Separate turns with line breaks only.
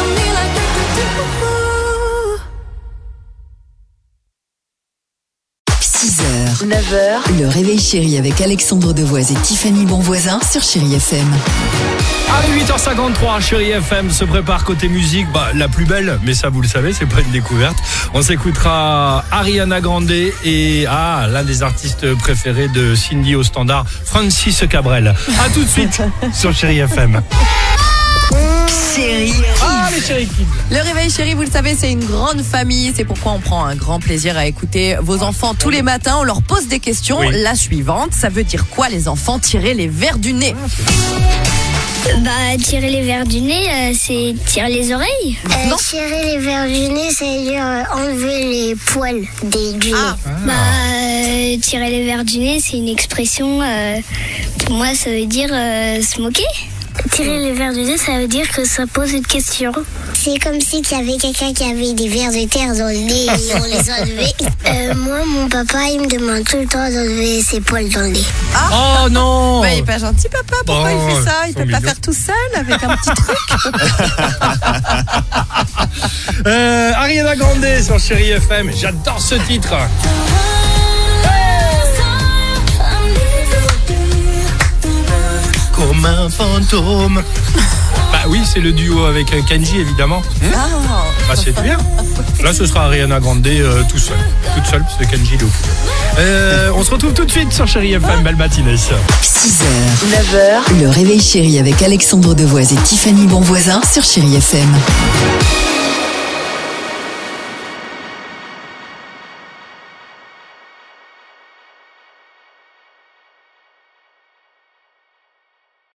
on me like do, do, do, do.
6h, 9h, le réveil chéri avec Alexandre Devoise et Tiffany Bonvoisin sur Chérie FM.
Allez, 8h53, chérie FM se prépare côté musique. Bah, la plus belle, mais ça vous le savez, c'est pas une découverte. On s'écoutera Ariana Grande et ah, l'un des artistes préférés de Cindy au standard, Francis Cabrel. À tout de suite sur chérie FM.
Chérie.
Ah, les chérie kids.
Le réveil chéri, vous le savez, c'est une grande famille. C'est pourquoi on prend un grand plaisir à écouter vos enfants tous les matins. On leur pose des questions.
Oui.
La suivante, ça veut dire quoi les enfants tirer les verres du nez
Bah, tirer les verres du nez, euh, c'est tirer les oreilles. Euh,
Non.
Bah, tirer les verres du nez, c'est enlever les poils des du Bah, euh, tirer les verres du nez, c'est une expression, euh, pour moi, ça veut dire euh, se moquer. Tirer les verres du nez, ça veut dire que ça pose une question. C'est comme si il y avait quelqu'un qui avait des verres de terre dans le nez et on les enlevait. moi, mon papa, il me demande tout le temps d'enlever ses poils dans le nez.
Oh non
Bah, Il est pas gentil, papa. Pourquoi
Bon,
il fait ça Il
ils
peut
sont
pas
mignons.
faire tout seul avec un petit truc
Euh, Ariana Grande sur chérie FM. J'adore ce titre. Comme un fantôme. Bah oui, c'est le duo avec euh, Kenji, évidemment.
Ah.
Ah, c'est bien. Là, ce sera Ariana Grande euh, tout seul. Toute seule, parce que Kenji il est au fond. Euh, On se retrouve tout de suite sur Chéri FM. Belle matinée.
6h, 9h, le réveil chéri avec Alexandre Devoise et Tiffany Bonvoisin sur Chérie FM.